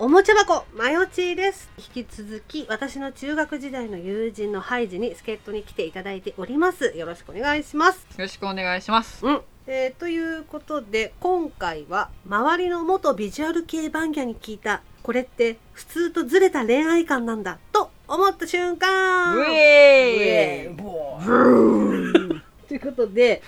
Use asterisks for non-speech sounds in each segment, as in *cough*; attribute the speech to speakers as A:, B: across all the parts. A: おもちゃ箱マヨチーです引き続き私の中学時代の友人のハイジに助っ人に来ていただいておりますよろしくお願いします
B: よろしくお願いします。
A: うん、えーということで今回は周りの元ビジュアル系バンギャに聞いたこれって普通とずれた恋愛観なんだと思った瞬間
B: ウ
A: ブ
B: エ
A: エ
B: ー
A: ー
B: イ
A: ということで、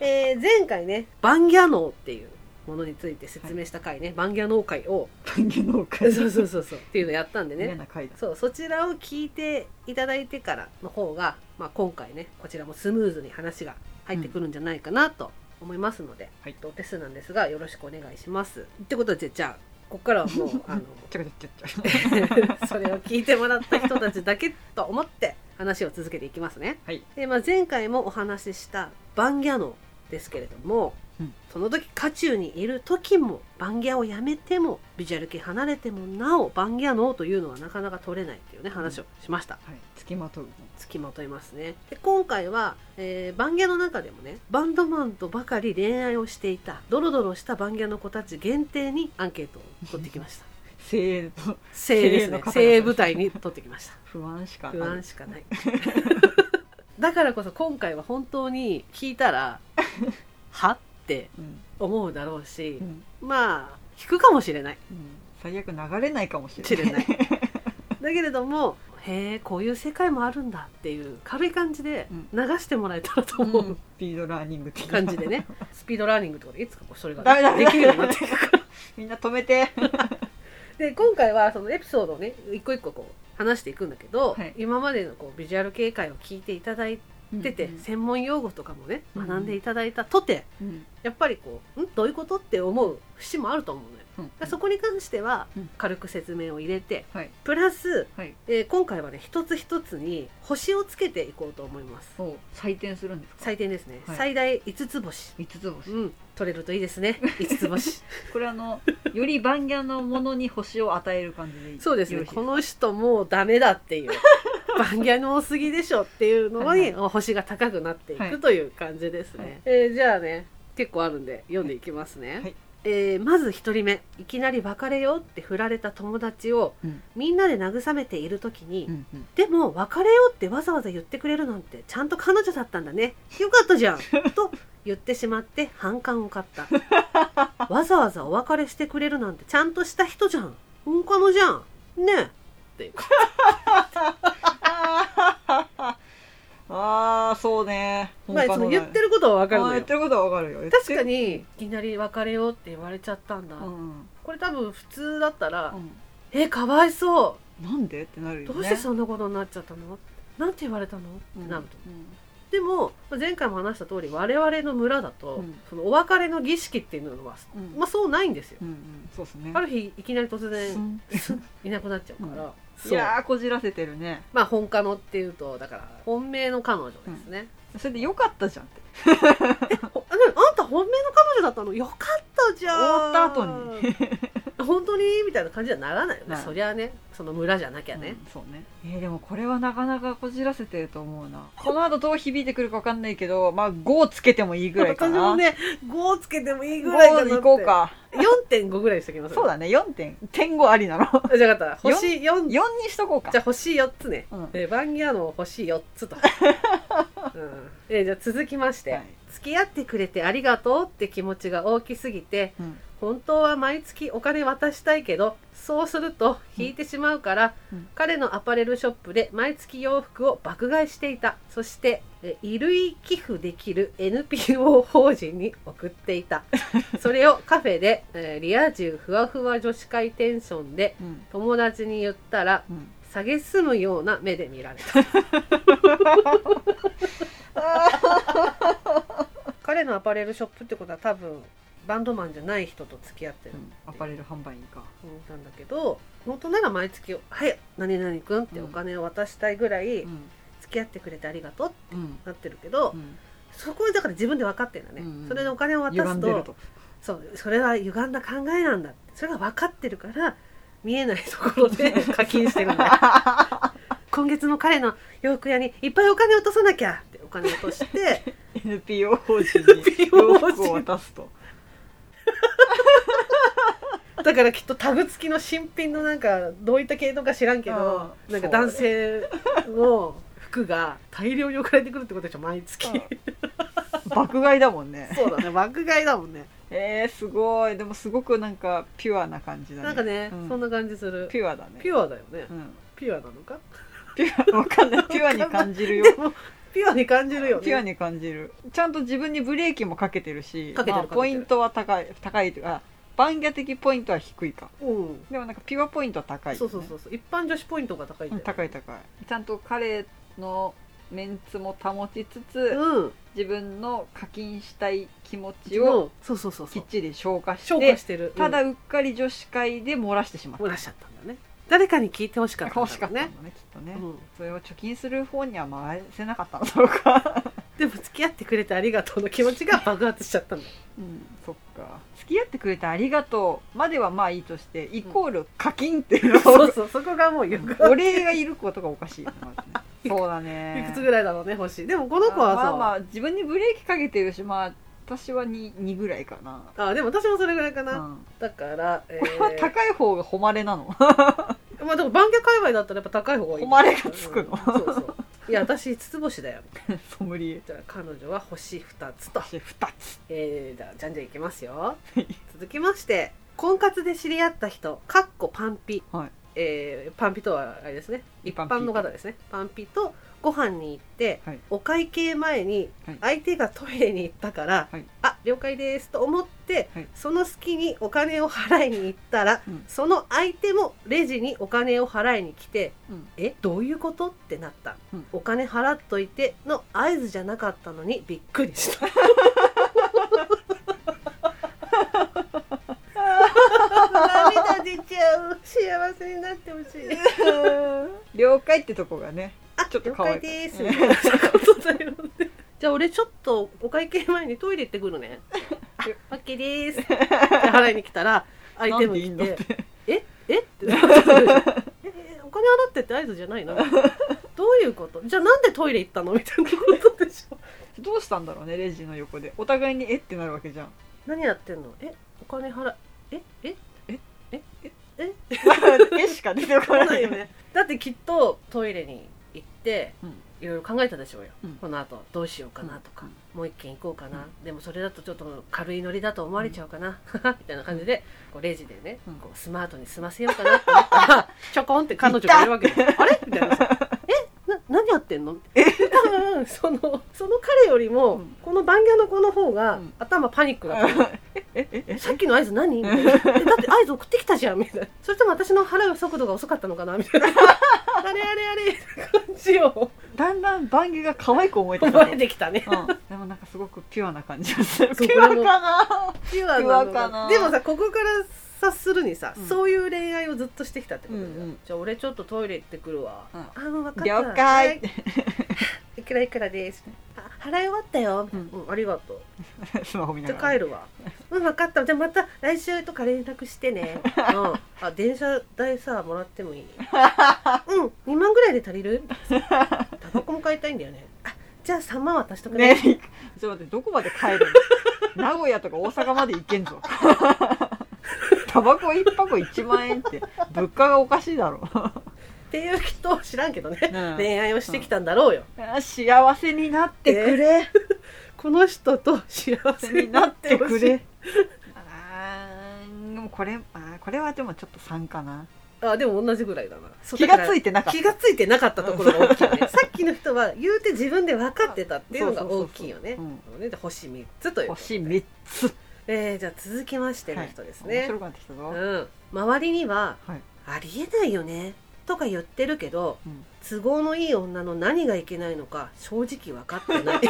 A: えー前回ねバンギャ脳っていうものについて説明した回ね、バンギャ脳会を *laughs*
B: 文芸能
A: そう
B: 会
A: そうそうそうっていうのやったんで
B: 嫌
A: ね
B: な会だ。
A: そうそちらを聞いていただいてからの方が、まあ、今回ねこちらもスムーズに話が入ってくるんじゃないかなと思いますので、
B: はい
A: お手数なんですがよろしくお願いします。ってことでじゃあここからはも
B: *laughs*
A: うあの *laughs*
B: ちょこちょこちょこ
A: それを聞いてもらった人たちだけと思って話を続けていきますね。
B: はい。
A: でまあ、前回もお話ししたバンギャノですけれども、
B: うん
A: その時渦中にいる時もバンギャをやめてもビジュアル系離れてもなおバンギャノというのはなかなか取れないっていうね話をしました。
B: はい。付きまとう。
A: つきまといますねで今回は、えーバンギャの中でもねバンドマンとばかり恋愛をしていたドロドロしたバンギャの子たち限定にアンケートを取ってきました
B: 精鋭と
A: 精鋭です
B: *laughs* 精鋭の
A: ね
B: 方々
A: 精鋭部隊に取ってきました
B: 不安しかある
A: 不安しかない *laughs* だからこそ今回は本当に聞いた *laughs* らはって
B: うん。
A: 思うだろうし
B: うん。
A: まあ引くかもしれない
B: うん最悪流れないかもし
A: 知
B: れ
A: れ
B: ない。
A: ない *laughs* だけれどもへえこういう世界もあるんだっていう軽い感じで流してもらえたらと思う、
B: うんスピードラーニング的な
A: 感じで。ね *laughs* スピードラーニングとかでいつかこうそれが
B: ダメダメ
A: できるようになっていくから
B: みんな止めて。
A: で今回はそのエピソードをね一個一個こう話していくんだけど、
B: はい
A: 今までのこうビジュアル警戒を聞いていただいてて、専門用語とかもね
B: うん
A: 学んでいただいたとて、
B: うん。
A: やっぱりこう「んどういうこと?」って思う節もあると思うのよ。だ
B: うん
A: からそこに関しては
B: うん
A: 軽く説明を入れて
B: はい。
A: プラス、
B: はい。
A: えー今回はね一つ一つに星をつけていこうと思います
B: そう。採点するんですか。
A: 採点ですね、
B: はい
A: 最大5つ星
B: 五つ星
A: う。ん取れるといいですね5つ星
B: これあの、よりバンギャのものに星を与える感じでいい
A: そうです
B: よ
A: ね。
B: ろしい
A: この人もうダメだって
B: *laughs*
A: いう。バンギャの多すぎでしょっていうの
B: はい
A: に星が高くなってい
B: は
A: く
B: い
A: という感じですね。
B: はい
A: えーじゃあね、結構あるんで読んでいきますね。
B: はい
A: えーまず一人目いきなり別れようって振られた友達を
B: うん
A: みんなで慰めている時に、
B: うんうん。
A: でも別れようってわざわざ言ってくれるなんてちゃんと彼女だったんだねよかったじゃ
B: *laughs*
A: んと言ってしまって反感を買ったわざわざお別れしてくれるなんてちゃんとした人じゃん本家のじゃんねえっていう
B: *laughs* ああそうね
A: まあいつも言ってることはわかる
B: あー
A: の
B: 言っ
A: よ
B: てることはわかるよ
A: 確かにいきなり別れようって言われちゃったんだ、
B: うん、
A: これ多分普通だったら
B: う
A: 「えかわいそ
B: ん、なんでってなる
A: う
B: よね
A: どうしてそんなことになっちゃったのなんて言われたの?」ってなると
B: う
A: でもまあ前回も話した通り我々の村だと、
B: うん
A: そのお別れの儀式っていうのは、
B: んうん
A: まあ、そうないんですよ、
B: うんうんそうですね
A: ある日いきなり突
B: う
A: 然
B: ん
A: いなくなっちゃうから、
B: い
A: そう
B: やーこじらせてるね
A: まあ本家のっていうとだから本命の彼女ですね、
B: それでよかったじゃんって
A: ほあでもあんた本命の彼女だったのよかったじゃん
B: 終わった後に
A: *laughs* 本当にみたいな感じにはならないよね
B: なる
A: そりゃねその村じゃなきゃね、
B: うんそうねえーでもこれはなかなかこじらせてると思うなこの後どう響いてくるかわかんないけどまあ5つけてもいいぐらいか
A: 私
B: な
A: もね5つけてもいいぐらいかなって
B: 5いこうか
A: 4.5ぐらいにしてきます
B: そうだね4点点5ありなの
A: じゃあ分かった星4
B: 4にしとこうか
A: じゃあ星4つね、
B: うん
A: えーバンギャの星4つと、
B: *laughs*
A: うんえーじゃあ続きまして、
B: はい
A: 付き合ってくれてありがとうって気持ちが大きすぎて
B: うん
A: 本当は毎月お金渡したいけどそうすると引いてしまうから、
B: うん
A: 彼のアパレルショップで毎月洋服を爆買いしていたそしてえー衣類寄付できる NPO 法人に送ってい
B: *laughs*
A: たそれをカフェで、えーリア充ふわふわ女子会テンションで
B: うん
A: 友達に言ったら
B: うん
A: 下げすむような目で見られ
B: *laughs*
A: た彼のアパレルショップってことは多分バンドマンじゃない人と付き合ってる、
B: アパレル販売員か
A: なんだけど本当なら毎月「はい何々くん」ってお金を渡したいぐらい
B: うん
A: 付き合ってくれてありがとうって
B: うん
A: なってるけど、
B: うん
A: そこはだから自分で分かってるんだね、
B: うんうん
A: それでお金を渡
B: 歪
A: す
B: んでる
A: と
B: と *laughs*
A: そうそれは歪んだ考えなんだってそれが分かってるから見えないところで課金してるんだよ今月も彼の洋服屋にいっぱいお金を落とさなきゃってお金を落として
B: *laughs* NPO 法人に
A: NPO
B: 洋
A: 法人
B: 服を渡すと
A: だからきっとタグ付きの新品のなんかどういった系のか知らんけど
B: うん
A: なんか男性の服が大量に送られてくるってことでしょ毎月
B: 爆買いだもんね
A: そうだね爆買いだもんね
B: えー、すごいでもすごくなんかピュアな感じだね
A: *laughs* なんかね、
B: うん
A: そんな感じする
B: ピュアだね
A: ピュアだよね
B: うん、
A: ピュアなのか
B: ピュアわかんないピュアに感じるよ
A: でもピュアに感じるよね
B: ピュアに感じるちゃんと自分にブレーキもかけてるし
A: かけてる
B: ま
A: かけて
B: あ
A: る
B: ポイントは高い高いというか番屋的ポイントは低いか
A: うん
B: でもなんかピュアポイントは高い、
A: そうそうそうそう一般女子ポイントが高いんだ
B: うん
A: よ、
B: 高い高いちゃんと彼のメンツも保ちつつ、
A: うん
B: 自分の課金したい気持ちを
A: のそうそうそうそ
B: きっ
A: う
B: ちり消化して
A: 消化してる
B: ただ
A: う
B: うっかり女子会で漏らしてしまっ
A: ん
B: た
A: 漏らしちゃったんだね誰かに聞いてほしかったんだろう
B: 欲しかったんだねきっとね、
A: うん
B: それを貯金する方には回せなかったのだろうか
A: でも付き合ってくれてありがとうの気持ち
B: *laughs*
A: が爆発しちゃったんだよ
B: うんそっか付き合ってくれてありがとうまではまあいいとしてイコール課金っていうのを、
A: そうそうそこがもうよく
B: *laughs* お礼がいることがおかしいよねまずねそうだ
A: *laughs* い
B: ね
A: くつぐらいだろうね欲しいでもこの子は
B: ま
A: さ
B: あまあ自分にブレーキかけてるしまあ私は 2, 2ぐらいかな、
A: あでも私もそれぐらいか
B: う
A: な、
B: ん、
A: だから、えー
B: これは高い方が誉れなの *laughs*
A: まあでも番家界隈だったらやっぱ高い方がいい
B: 誉れがつくの
A: うんそうそういや私五つ星だよ
B: ソムリエ
A: じゃあ彼女は星2つと
B: 私2つ
A: えー、じゃあじゃんじゃんいきますよ続きまして婚活で知り合った人かっこパンピ、
B: はい
A: えーパンピとはあれですね一
B: 一般ピ
A: 般の方ですねパンピとご飯に行って、
B: はい
A: お会計前に
B: はい
A: 相手がトイレに行ったから、
B: はい
A: あ了解ですと思って、
B: はい
A: その隙にお金を払いに行ったら、
B: うん
A: その相手もレジにお金を払いに来て
B: *laughs* うん
A: えどういうことってなった、
B: うん
A: お金払っといての合図じゃなかったのにびっくりした
B: *laughs*
A: 涙出ちゃう幸せになってほしい
B: 了解ってとこがねちょっと
A: 了
B: 可愛
A: 解で
B: い
A: すみたいなことだよねじゃあ俺ちょっとお会計前にトイレ行ってくる
B: *laughs*
A: ねあオッケーですって払いに来たら相手も来
B: なんでいいのってて
A: え *laughs* ってなってええお金払ってって合図じゃないの
B: *laughs*
A: どういうことじゃあなんでトイレ行ったのみたいなことで
B: *laughs*
A: しょ
B: どうしたんだろうねレジの横でお互いにえってなるわけじゃん
A: 何やってんのえお金払ええ
B: え
A: えええ
B: *laughs* えしか出てこ
A: 来
B: な
A: ない
B: い
A: よねだってきっとトイレに行って、
B: うん
A: いろいろ考えたでしょうよ、
B: うん
A: この後どうしようかなとか、
B: うん
A: もう一軒行こうかな、でもそれだとちょっと軽いノリだと思われちゃうかな、みたいな感じでこうレジでね、
B: うん
A: こうスマートに済ませようかなって思ったらちょこんって彼女がいるわけよあれみたいなさ
B: *laughs*
A: 「えな何やってんの?」え多分そのその彼よりも、
B: うん
A: この番屋の子の方が、
B: うん
A: 頭パニックだった
B: えええ
A: さっきの合図何みたいな。えだって合図送ってきたじゃんみたいな。それとも私の払う速度が遅かったのかなみ
B: *laughs*
A: たいな。あれあれあれ感じを
B: だんだん番組が可愛く思えて
A: 思
B: た *laughs*
A: えてきたね。
B: うん、でもなんかすごくピュアな感じがする。
A: そう
B: ピュアかな。
A: ピュア
B: ピュ
A: な
B: アかな
A: でもさ、ここから察するにさ、
B: うん
A: そういう恋愛をずっとしてきたってことだよ、
B: うんうん
A: じゃあ俺ちょっとトイレ行ってくるわ。
B: うん
A: ああ、もう分かった。
B: 了
A: は
B: 解
A: い。いくらいくらです。あ払い終わったよ、
B: う
A: うんん。ありがとう。
B: *laughs* スマホ見
A: じ
B: な
A: ゃ
B: が
A: あ
B: ら。
A: 帰 *laughs* るわ。うん、分かった。じゃあまた来週とか連絡してね。うん。あ、電車代さ、もらってもいいうん、2万ぐらいで足り *laughs* るタバコも買いたいんだよね。あ、じゃあ3万渡しとくね。
B: ね、ちょっと待って、どこまで帰る
A: *laughs*
B: の。名古屋とか大阪まで行けんぞ。 *laughs* タバコ一箱一万円って、物価がおかしいだろ
A: っていう人を知らんけどね。
B: うん
A: 恋愛をしてきたんだろうよ。
B: あ幸せになってくれ。 *laughs*
A: この人と幸
B: 幸
A: せ
B: せ
A: に
B: にな
A: な
B: っ
A: って
B: て
A: ほ
B: く
A: しい
B: れ。。あーでもこれ、あーこれはでもちょっと3かな。
A: *laughs* あ、でも同じぐらいだな。そう
B: 気
A: だから
B: がついてなかった
A: 気。がついてなかったところが大きい
B: *laughs*
A: よね。さっきの人は言うて自分で分かってたっていうのが大きいよね
B: そうそうそう。
A: ねで星3つということで。
B: 星3つ。
A: えー、じゃあ続きましての人ですね。
B: 面白くなってきたぞ。
A: うん、周りには
B: はい。
A: 「ありえないよね」とか言ってるけど
B: うん
A: 都合のいい女の何がいけないのか正直分かって
B: *laughs*
A: ない。 *laughs*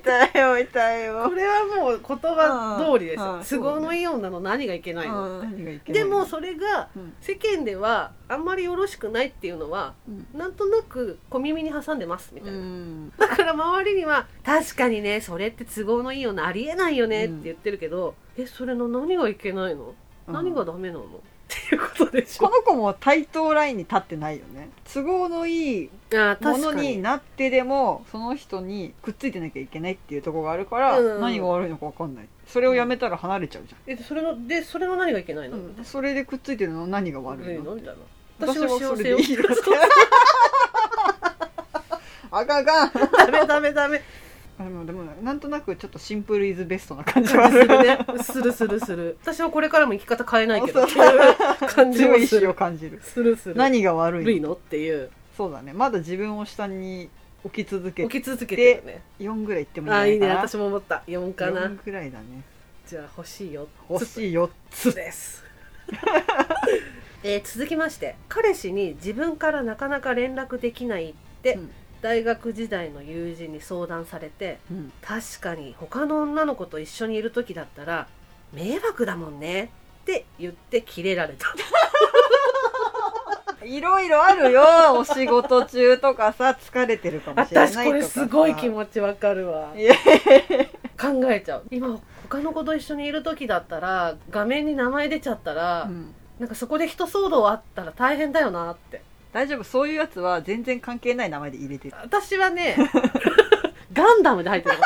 B: 痛いよ痛い
A: こ
B: よ、
A: れはもう言葉通りです
B: うんう
A: よ
B: ん。
A: 都合のいい女の何がいけないの。
B: 何がいけない
A: でもそれが
B: うん
A: 世間ではあんまりよろしくないっていうのはなんとなく小耳に挟んでますみた
B: う
A: いな。
B: ん
A: だから周りには「確かにねそれって都合のいい女ありえないよね」って言ってるけど「えそれの何がいけないの何がダメなの?」っていうことでし
B: *laughs* こ
A: ょ
B: の子も対等ラインに立ってないよね都合のいい
A: あー
B: も
A: 確
B: の
A: か
B: に
A: に
B: なってでもその人にくっついてなきゃいけないっていうところがあるから、
A: うん
B: 何が悪いのか分かんないそれをやめたら離れちゃうじ
A: えそれのでそれの何がいけない
B: ゃん、
A: の、
B: それでくっついてるの何が悪
A: 悪
B: い
A: い
B: の
A: の
B: っ
A: み
B: て
A: たいな
B: 私
A: 私
B: は
A: は
B: そ
A: 幸
B: れ
A: せ
B: で
A: よ
B: いい
A: *laughs*
B: よって *laughs* あかんあかん
A: ダメダメダメ
B: あでもでもなんとなくちょっとシンプルイズベストな感じは
A: す
B: する
A: る
B: ね
A: ねするするする私はこれからも生き方変えないけどっ
B: そ
A: *laughs*
B: う
A: ていう感じ
B: 強
A: も
B: い意
A: す
B: 志
A: る
B: を感じる
A: するする
B: 何が悪いの
A: 悪いのっていう
B: そうだねまだ自分を下に置き続け
A: 起
B: て
A: き続けてるね
B: 4ぐらいいってもいいん
A: あーいい
B: じ
A: ね
B: ゃないかな
A: 私も思った4かな
B: 4ぐらいだね
A: じゃあ欲しいよ
B: 欲しい4
A: つです
B: *laughs*
A: えー続きまして彼氏に自分からなかなか連絡できないって、
B: うん
A: 大学時代の友人に相談されて
B: つ、
A: 確かに他の女の子と一緒にいる時だったら迷惑だもんねって言ってキレられた
B: いろいろ
A: *laughs*
B: あるよお仕事中とかさ疲れてるかもしれないと
A: 私
B: か
A: これすごい気
B: ち
A: 持ちわかるわ
B: いや
A: 考えちゃう今他の子と一緒にいる時だったら画面に名前出ちゃったら、
B: うん
A: なんかそこで人騒動あったら大変だよなって
B: 大丈夫そういうやつは全然関係ない名前で入れてる
A: 私は
B: *laughs*
A: ねガンダムで入ってなかっ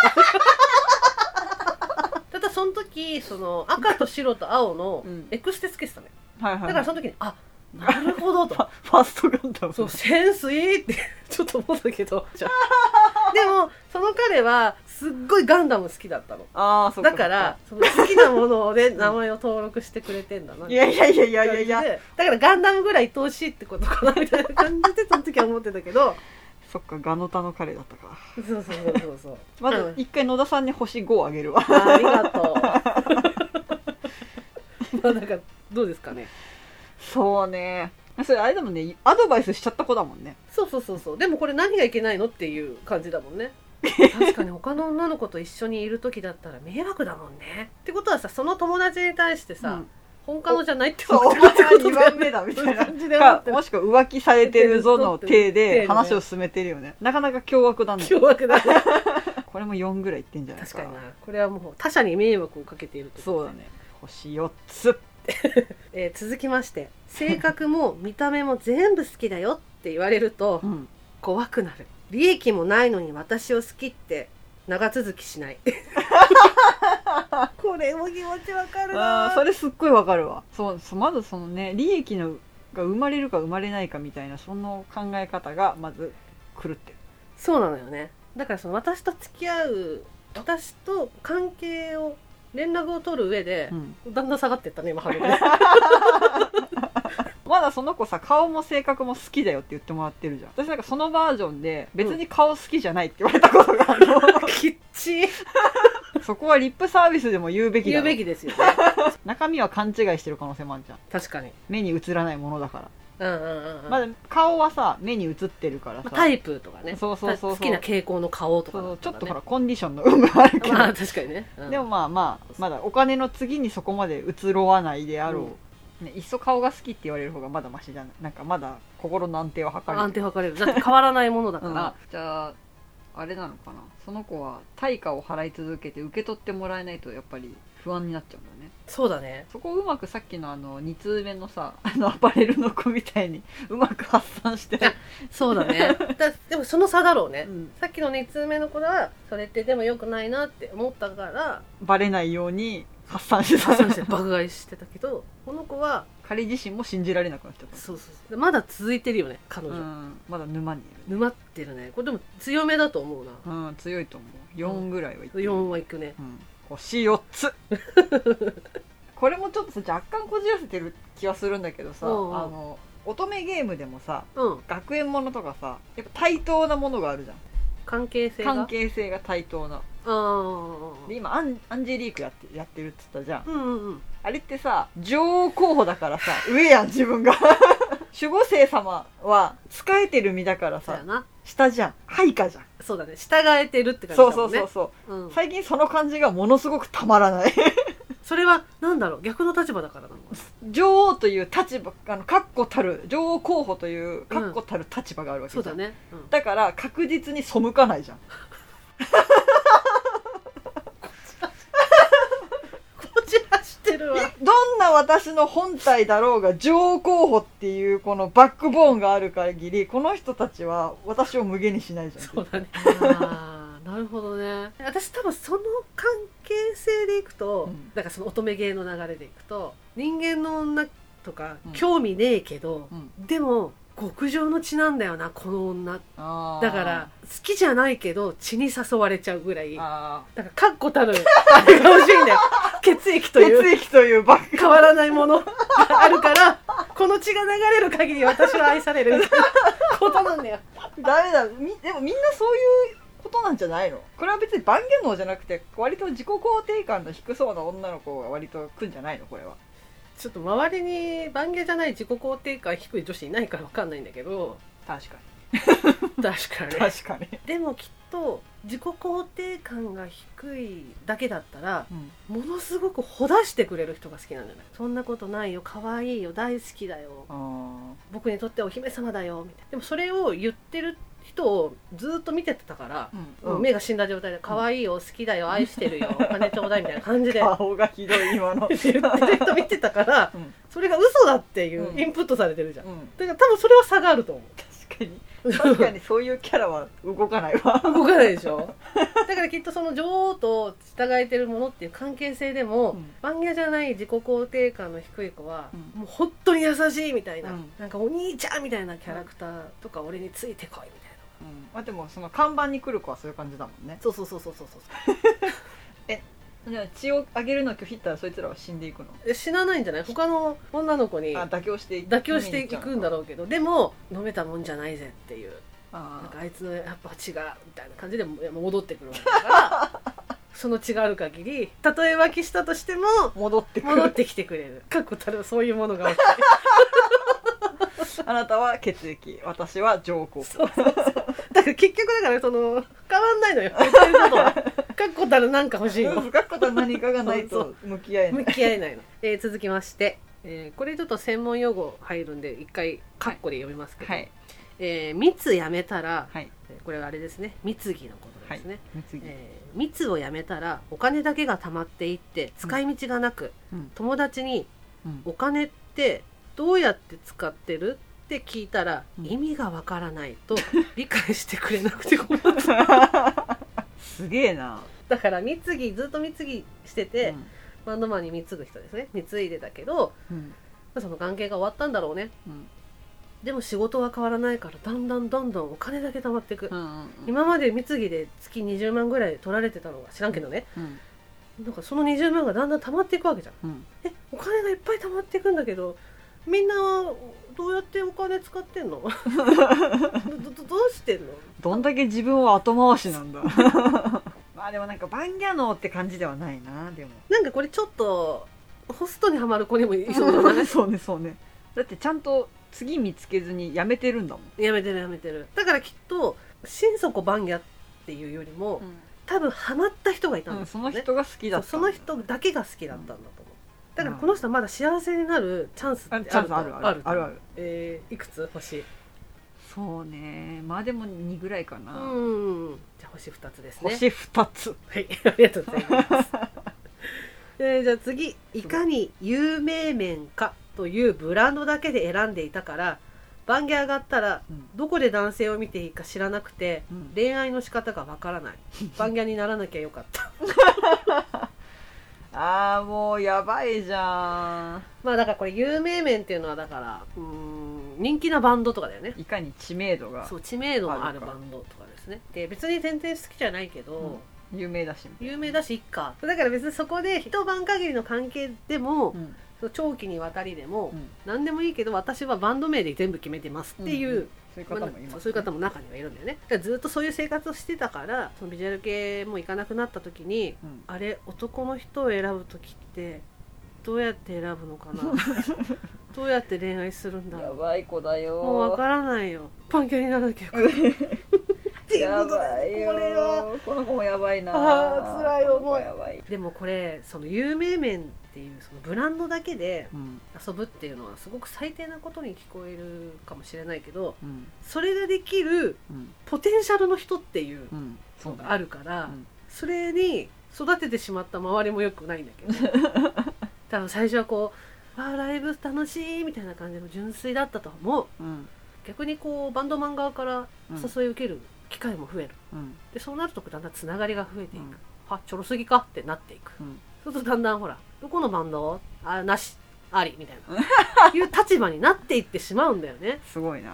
A: たただその時その赤と白と青の
B: うん
A: エクステつけてたね
B: はいは
A: だ
B: い
A: からその時にあなるほど
B: *laughs*
A: と
B: ファーストガンダム
A: そうセンスいいってちょっと思ったけ
B: *laughs*
A: どじゃあでもその彼はすっごいガンダム好きだったの
B: ああそっ
A: だからその好きなもので名前を登録してくれてんだな
B: そっかいやいやいやいや
A: 感
B: いやい
A: じ
B: や
A: でだからガンダムぐらい愛おしいってことかなみたいな感じでその時は思ってたけど
B: *laughs* そっかガノタの彼だったか
A: そうそうそうそうそう
B: ま
A: う
B: ず
A: ん
B: 一回野田さんに星5あげるわ
A: あありがとう。まあなんかどうですかね。
B: そうねそれあれだもんねアドバイスしちゃった子だもんね
A: そうそうそうそう。でもこれ何がいけないのっていう感じだもんね。確かに他の女の子と一緒にいる時だったら迷惑だもんね。ってことはさ、その友達に対してさ、
B: うん
A: 本家のじゃないって
B: そう
A: 思
B: お
A: ってるっ
B: 前
A: て
B: は
A: ことだよ
B: 2番
A: ね
B: 目だみたいな
A: 感じで思っ
B: か
A: てる
B: もしくは浮気されてるぞの体で
A: うん
B: 話を進めてるよねなかなか凶悪だね
A: 凶悪だね。
B: これも4ぐらいいってんじゃない
A: 確
B: か
A: かにな。これはもう他者に迷惑をかけていると。
B: そうだね星4つ
A: えー続きまして、性格も見た目も全部好きだよって言われると
B: う、ん
A: 怖くなる利益もないのに私を好きって長続きし
B: *laughs*
A: ないこれも気持ちわかる
B: あ
A: な
B: ーそれすっごいわかるわそうそうまずそのね利益のが生まれるか生まれないかみたいなその考え方がまず狂ってる
A: そうなのよねだからその私と付き合う私と関係を連絡を取る上で、
B: うん
A: だんだん下がってったね今ハゲ
B: *laughs*
A: ね
B: まだその子さ顔も性格も好きだよって言ってもらってるじゃん私なんかそのバージョンで別に顔好きじゃないって言われたことがあ
A: *laughs*
B: るの、
A: きっちい
B: そこはリップサービスでも言うべきだ
A: 言う
B: ろ
A: べきですよね
B: 中身は勘違いしてる可能性もあるじゃん
A: 確かに
B: 目に映らないものだから、
A: うんうんうんうん、
B: ま
A: ま
B: だ顔はさ目に映ってるから
A: あ
B: さ、
A: タイプとかね
B: そうそうそうそう
A: 好きな傾向の顔とか
B: そう
A: だ
B: そうちょっと
A: た
B: ほ
A: ら
B: ら
A: ね
B: コンディションの有無あるけど、 *laughs*
A: まあ確かにね、うん
B: でもまあまあまだお金の次にそこまで移ろわないであろう、ね、いっそ顔が好きって言われる方がまだマシじゃないなんかまだ心の安定を図れる
A: 安定測れるだって変わらないものだ
B: う
A: か
B: ん
A: ら、
B: じゃああれなのかなその子は対価を払い続けて受け取ってもらえないとやっぱり不安になっちゃうんだね
A: そうだね
B: そこをうまくさっきのあの2通目のさあのアパレルの子みたいにうまく発散して
A: やそうだね *laughs* だでもその差だろうね、
B: うん
A: さっきの2通目の子はそれってでも良くないなって思ったから
B: バレないように発散してた
A: 破産 *laughs* して爆買いしてたけどこの子は
B: 彼自身も信じられなくなっちゃった
A: そうそうそうまだ続いてるよね彼女、
B: うんまだ沼にいる
A: 沼ってるねこれでも強めだと思うな
B: うん強いと思う4ぐらいはいってる
A: 4はいくね
B: うん、星4つ *laughs* これもちょっとさ若干こじらせてる気はするんだけどさ、
A: うんうん
B: あの乙女ゲームでもさ
A: うん
B: 学園ものとかさやっぱ対等なものがあるじゃん
A: 関係性が
B: 関係性が対等な
A: ああ
B: で今アンアンジェリークやってやってるっつったじゃん
A: うんうんうん
B: あれってさ女王候補だからさ上やん自分
A: *laughs*
B: が守護聖様は仕えてる身だから
A: そう
B: さ
A: やな
B: 下じゃん配下じゃん、
A: そうだね従えてるって感じだ
B: そうそ
A: も
B: うん
A: ね
B: そうそう
A: うん
B: 最近その感じがものすごくたまらない
A: それはなんだろう逆の立場だからなのかな
B: 女王という立場あの確固たる女王候補という確固たる立場があるわけじ
A: そ
B: ゃ
A: うんだね、うん
B: だから確実に背かないじゃん
A: こじらしてるわ
B: どんな私の本体だろうが女王候補っていうこのバックボーンがある限りこの人たちは私を無限にしないじゃ
A: *laughs*
B: ん
A: そうだね。あーなるほどね。私多分その関係性でいくと、
B: うん
A: なんかその乙女芸の流れでいくと、人間の女とか
B: うん
A: 興味ねえけど、
B: うん
A: でも極上の血なんだよなこの女。
B: あー
A: だから好きじゃないけど血に誘われちゃうぐらい。だ
B: あ
A: から確固たるあれが欲しいんだ *laughs* よ。血液
B: ー
A: という
B: 血液というバック
A: 変わらないものがあるから、この血が流れる限り私は愛されるみたいなことなんだよ。
B: *laughs* ダメだみでもみんなそういうことなんじゃないのこれは別に万元能じゃなくて割と自己肯定感の低そうな女の子が割と来んじゃないのこれは
A: ちょっと周りに番芸じゃない自己肯定感低い女子いないからわかんないんだけど
B: 確か
A: 確かに
B: に確かに、
A: でもきっと自己肯定感が低いだけだったらものすごくほだしてくれる人が好きなんじゃないそんなことないよ可愛いよ大好きだよ
B: あ
A: 僕にとってはお姫様だよみたいなでもそれを言ってる人をずっと見てたから
B: ー、
A: もう目が死んだ状態で可愛いよ好きだよ愛してる
B: *laughs*
A: よお金ちょうだいみたいな感じで
B: 顔がひどい今 *laughs* の
A: 言ってる人見てたから
B: うん
A: それが嘘だっていううんインプットされてるじゃん
B: うん
A: だから多分それは差があると思
B: 確かに
A: う
B: 確かにそういうキャラは動かない *laughs*
A: *laughs*
B: わ
A: 動かないでしょだからきっとその女王と従えてるものっていう関係性でも、
B: うん
A: 番屋じゃない自己肯定感の低い子は、
B: うん
A: もう本当に優しいみたいな、
B: うん
A: なんかお兄ちゃんみたいなキャラクターとか俺についてこいみたいな
B: うんまあでもその看板に来る子はそういう感じだもんね
A: そうそうそうそうそうそう
B: じゃあ血をあげるの拒否ったらそいつらは死んでいくの
A: え死なないんじゃない他の女の子に
B: あ妥協してい
A: 妥協していくんだ
B: ろ
A: ろうけどでも飲めたもんじゃないぜっていうなん
B: あ
A: かあいつのやっぱ血がみたいな感じでも戻ってくるわけだから
B: *laughs*
A: その血がある限りたとえ浮気したとしても
B: ー戻ってく
A: 戻っ
B: る
A: てきてくれる確固たるそういうものが起き
B: *laughs* あなたは血液私は上皇
A: てそうそうそうだから結局だからその変わんないのよ言ってることは確固たるなんか欲しいの
B: 深くと何かがない
A: そうそ
B: と向き合えな
A: 向
B: い
A: き合えないの、えー続きまして、えーこれちょっと専門用語入るんで一回カッコで読みますけど、
B: はい
A: えー密やめたら
B: はい
A: えーこれはあれですね密議のことですね、
B: 次
A: えー密をやめたらお金だけが貯まっていって使い道がなく、
B: うん
A: 友達に
B: うん
A: お金ってどうやって使ってるって聞いたら、
B: うん
A: 意味がわからない
B: *laughs*
A: と理解してくれなくて *laughs* 困る
B: すげえな
A: だから貢ぎずっと貢ぎしてて、
B: うん
A: バンドマンに貢ぐ人ですね貢いでたけど
B: うん
A: その関係が終わったんだろうね
B: うん
A: でも仕事は変わらないからだんだんどんどんお金だけ貯まっていく、
B: うんうん
A: 今まで貢ぎで月20万ぐらい取られてたのが知らんけどね
B: うん
A: なんかその20万がだんだん貯まっていくわけじゃん
B: うん
A: えお金がいっぱい貯まっていくんだけどみんなはどうやってお金使ってんの *laughs* どどどうしてんの
B: どんだけ自分を後回しなんだ *laughs* まあでもなんかバンギャノーって感じではないなでも
A: なんかこれちょっとホストにはまる子にもいそうだな
B: そうねそうねだってちゃんと次見つけずにやめてるんだもん、
A: やめてるやめてるだからきっと心底番屋っていうよりも、多分ハマった人がいたんです
B: そ
A: よね、
B: の人が好きだった
A: そうその人だけが好きだったんだと思うだからこの人はまだ幸せになるチャンスってあ
B: あ
A: る
B: チャンスある
A: と
B: あるあるある
A: えーいくつ星
B: そうねまあでも2ぐらいか
A: う
B: な、
A: んじゃあ星2つですね
B: 星2つ
A: はい、 *laughs* ありがとうございます。
B: *laughs*
A: えーじゃあ次、いかに有名面かというブランドだけで選んでいたから、番下上がったら
B: うん
A: どこで男性を見ていいか知らなくて、
B: うん
A: 恋愛の仕方がわからない。番下にならなきゃよかった。 *laughs*
B: ああもうやばいじゃ
A: まあだからこれ有名面っていうのはだから、うーん、人気なバンドとかだよね
B: ん。いかに知名度が
A: そう、知名度のある
B: あるか
A: バンドとかですね。で、別に全然好きじゃないけど、
B: 有名だし、
A: 有名だし、いっか。だから別にそこで一晩限りの関係でも、
B: うん
A: その長期にわたりでも、
B: うん
A: 何でもいいけど私はバンド名で全部決めてますっていう、
B: うんそういう方もいますね、
A: まあそういう方も中にはいるんだよねだからずっとそういう生活をしてたからそのビジュアル系も行かなくなった時に
B: うん
A: あれ男の人を選ぶ時ってどうやって選ぶのか
B: *laughs*
A: などうやって恋愛するんだ
B: や
A: ろ
B: ばい子だ
A: う
B: よ
A: もうわからないよパンキャにならなきゃよかったっていう
B: *laughs* や
A: こと
B: ばい
A: で
B: よ
A: これは
B: この子もやばいな
A: あー辛い思い
B: この子やばい、
A: でもこれその有名面っていうそのブランドだけで
B: うん
A: 遊ぶっていうのはすごく最低なことに聞こえるかもしれないけど
B: うん
A: それができる
B: うん
A: ポテンシャルの人っていう
B: うん、
A: のが
B: あ
A: あ
B: る
A: るから、
B: うん
A: そ
B: *laughs*
A: れに育ててしまった周りも良くないんだけど多分最初はこうわあライブ楽しいみたいな感じの純粋だったと思う
B: うん
A: 逆にこうバンドマン側から
B: うん
A: 誘い受ける機会も増える、
B: うん
A: でそうなるとだんだんつながりが増えていく、
B: うん
A: はちょろすぎかってなっていく
B: うん
A: そうするとだんだんほらどこのバンドあなしありみたいな
B: *laughs*
A: いう立場になっていってしまうんだよね
B: すごいな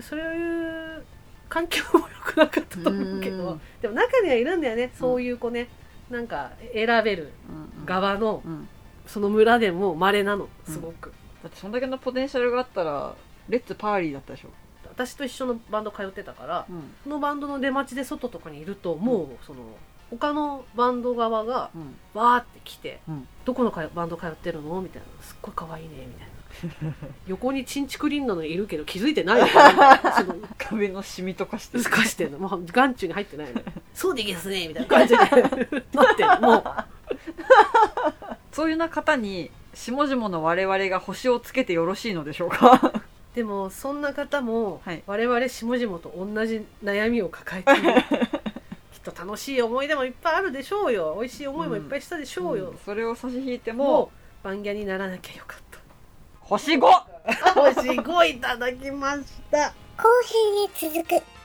A: そういう環境も良くなかったと思うけ
B: う
A: ど
B: ん
A: でも中にはいるんだよねそういう子ね、なんか選べる
B: うんうん
A: 側の
B: うん
A: その村でも稀なのすごく、
B: だってそんだけのポテンシャルがあったらレッツパーリーだったでしょ
A: 私と一緒のバンド通ってたから
B: うん
A: そのバンドの出待ちで外とかにいるともうその他のバンド側が
B: うん
A: わーって来て、
B: うん
A: どこのかバンド通ってるのみたいなすっごい可愛いねみたいな
B: *laughs*
A: 横にチンチクリンなのいるけど気づいてないよねみたいなその
B: 壁のシミとかして
A: すかしてんのもう眼中に入ってないよねそうでげすねみ *laughs* たいな感じでなってるもう
B: そういうな方に下々の我々が星をつけてよろしいのでしょうか
A: でもそんな方も、
B: はい
A: 我々下々と同じ悩みを抱えているきっと楽しい思い出もいっぱいあるでしょうよ美味しい思いもいっぱいしたでしょうよ、
B: んそれを差し引いても
A: もう番屋にならなきゃよかった
B: 星 5!
A: 星5いただきました
C: コーヒーに続く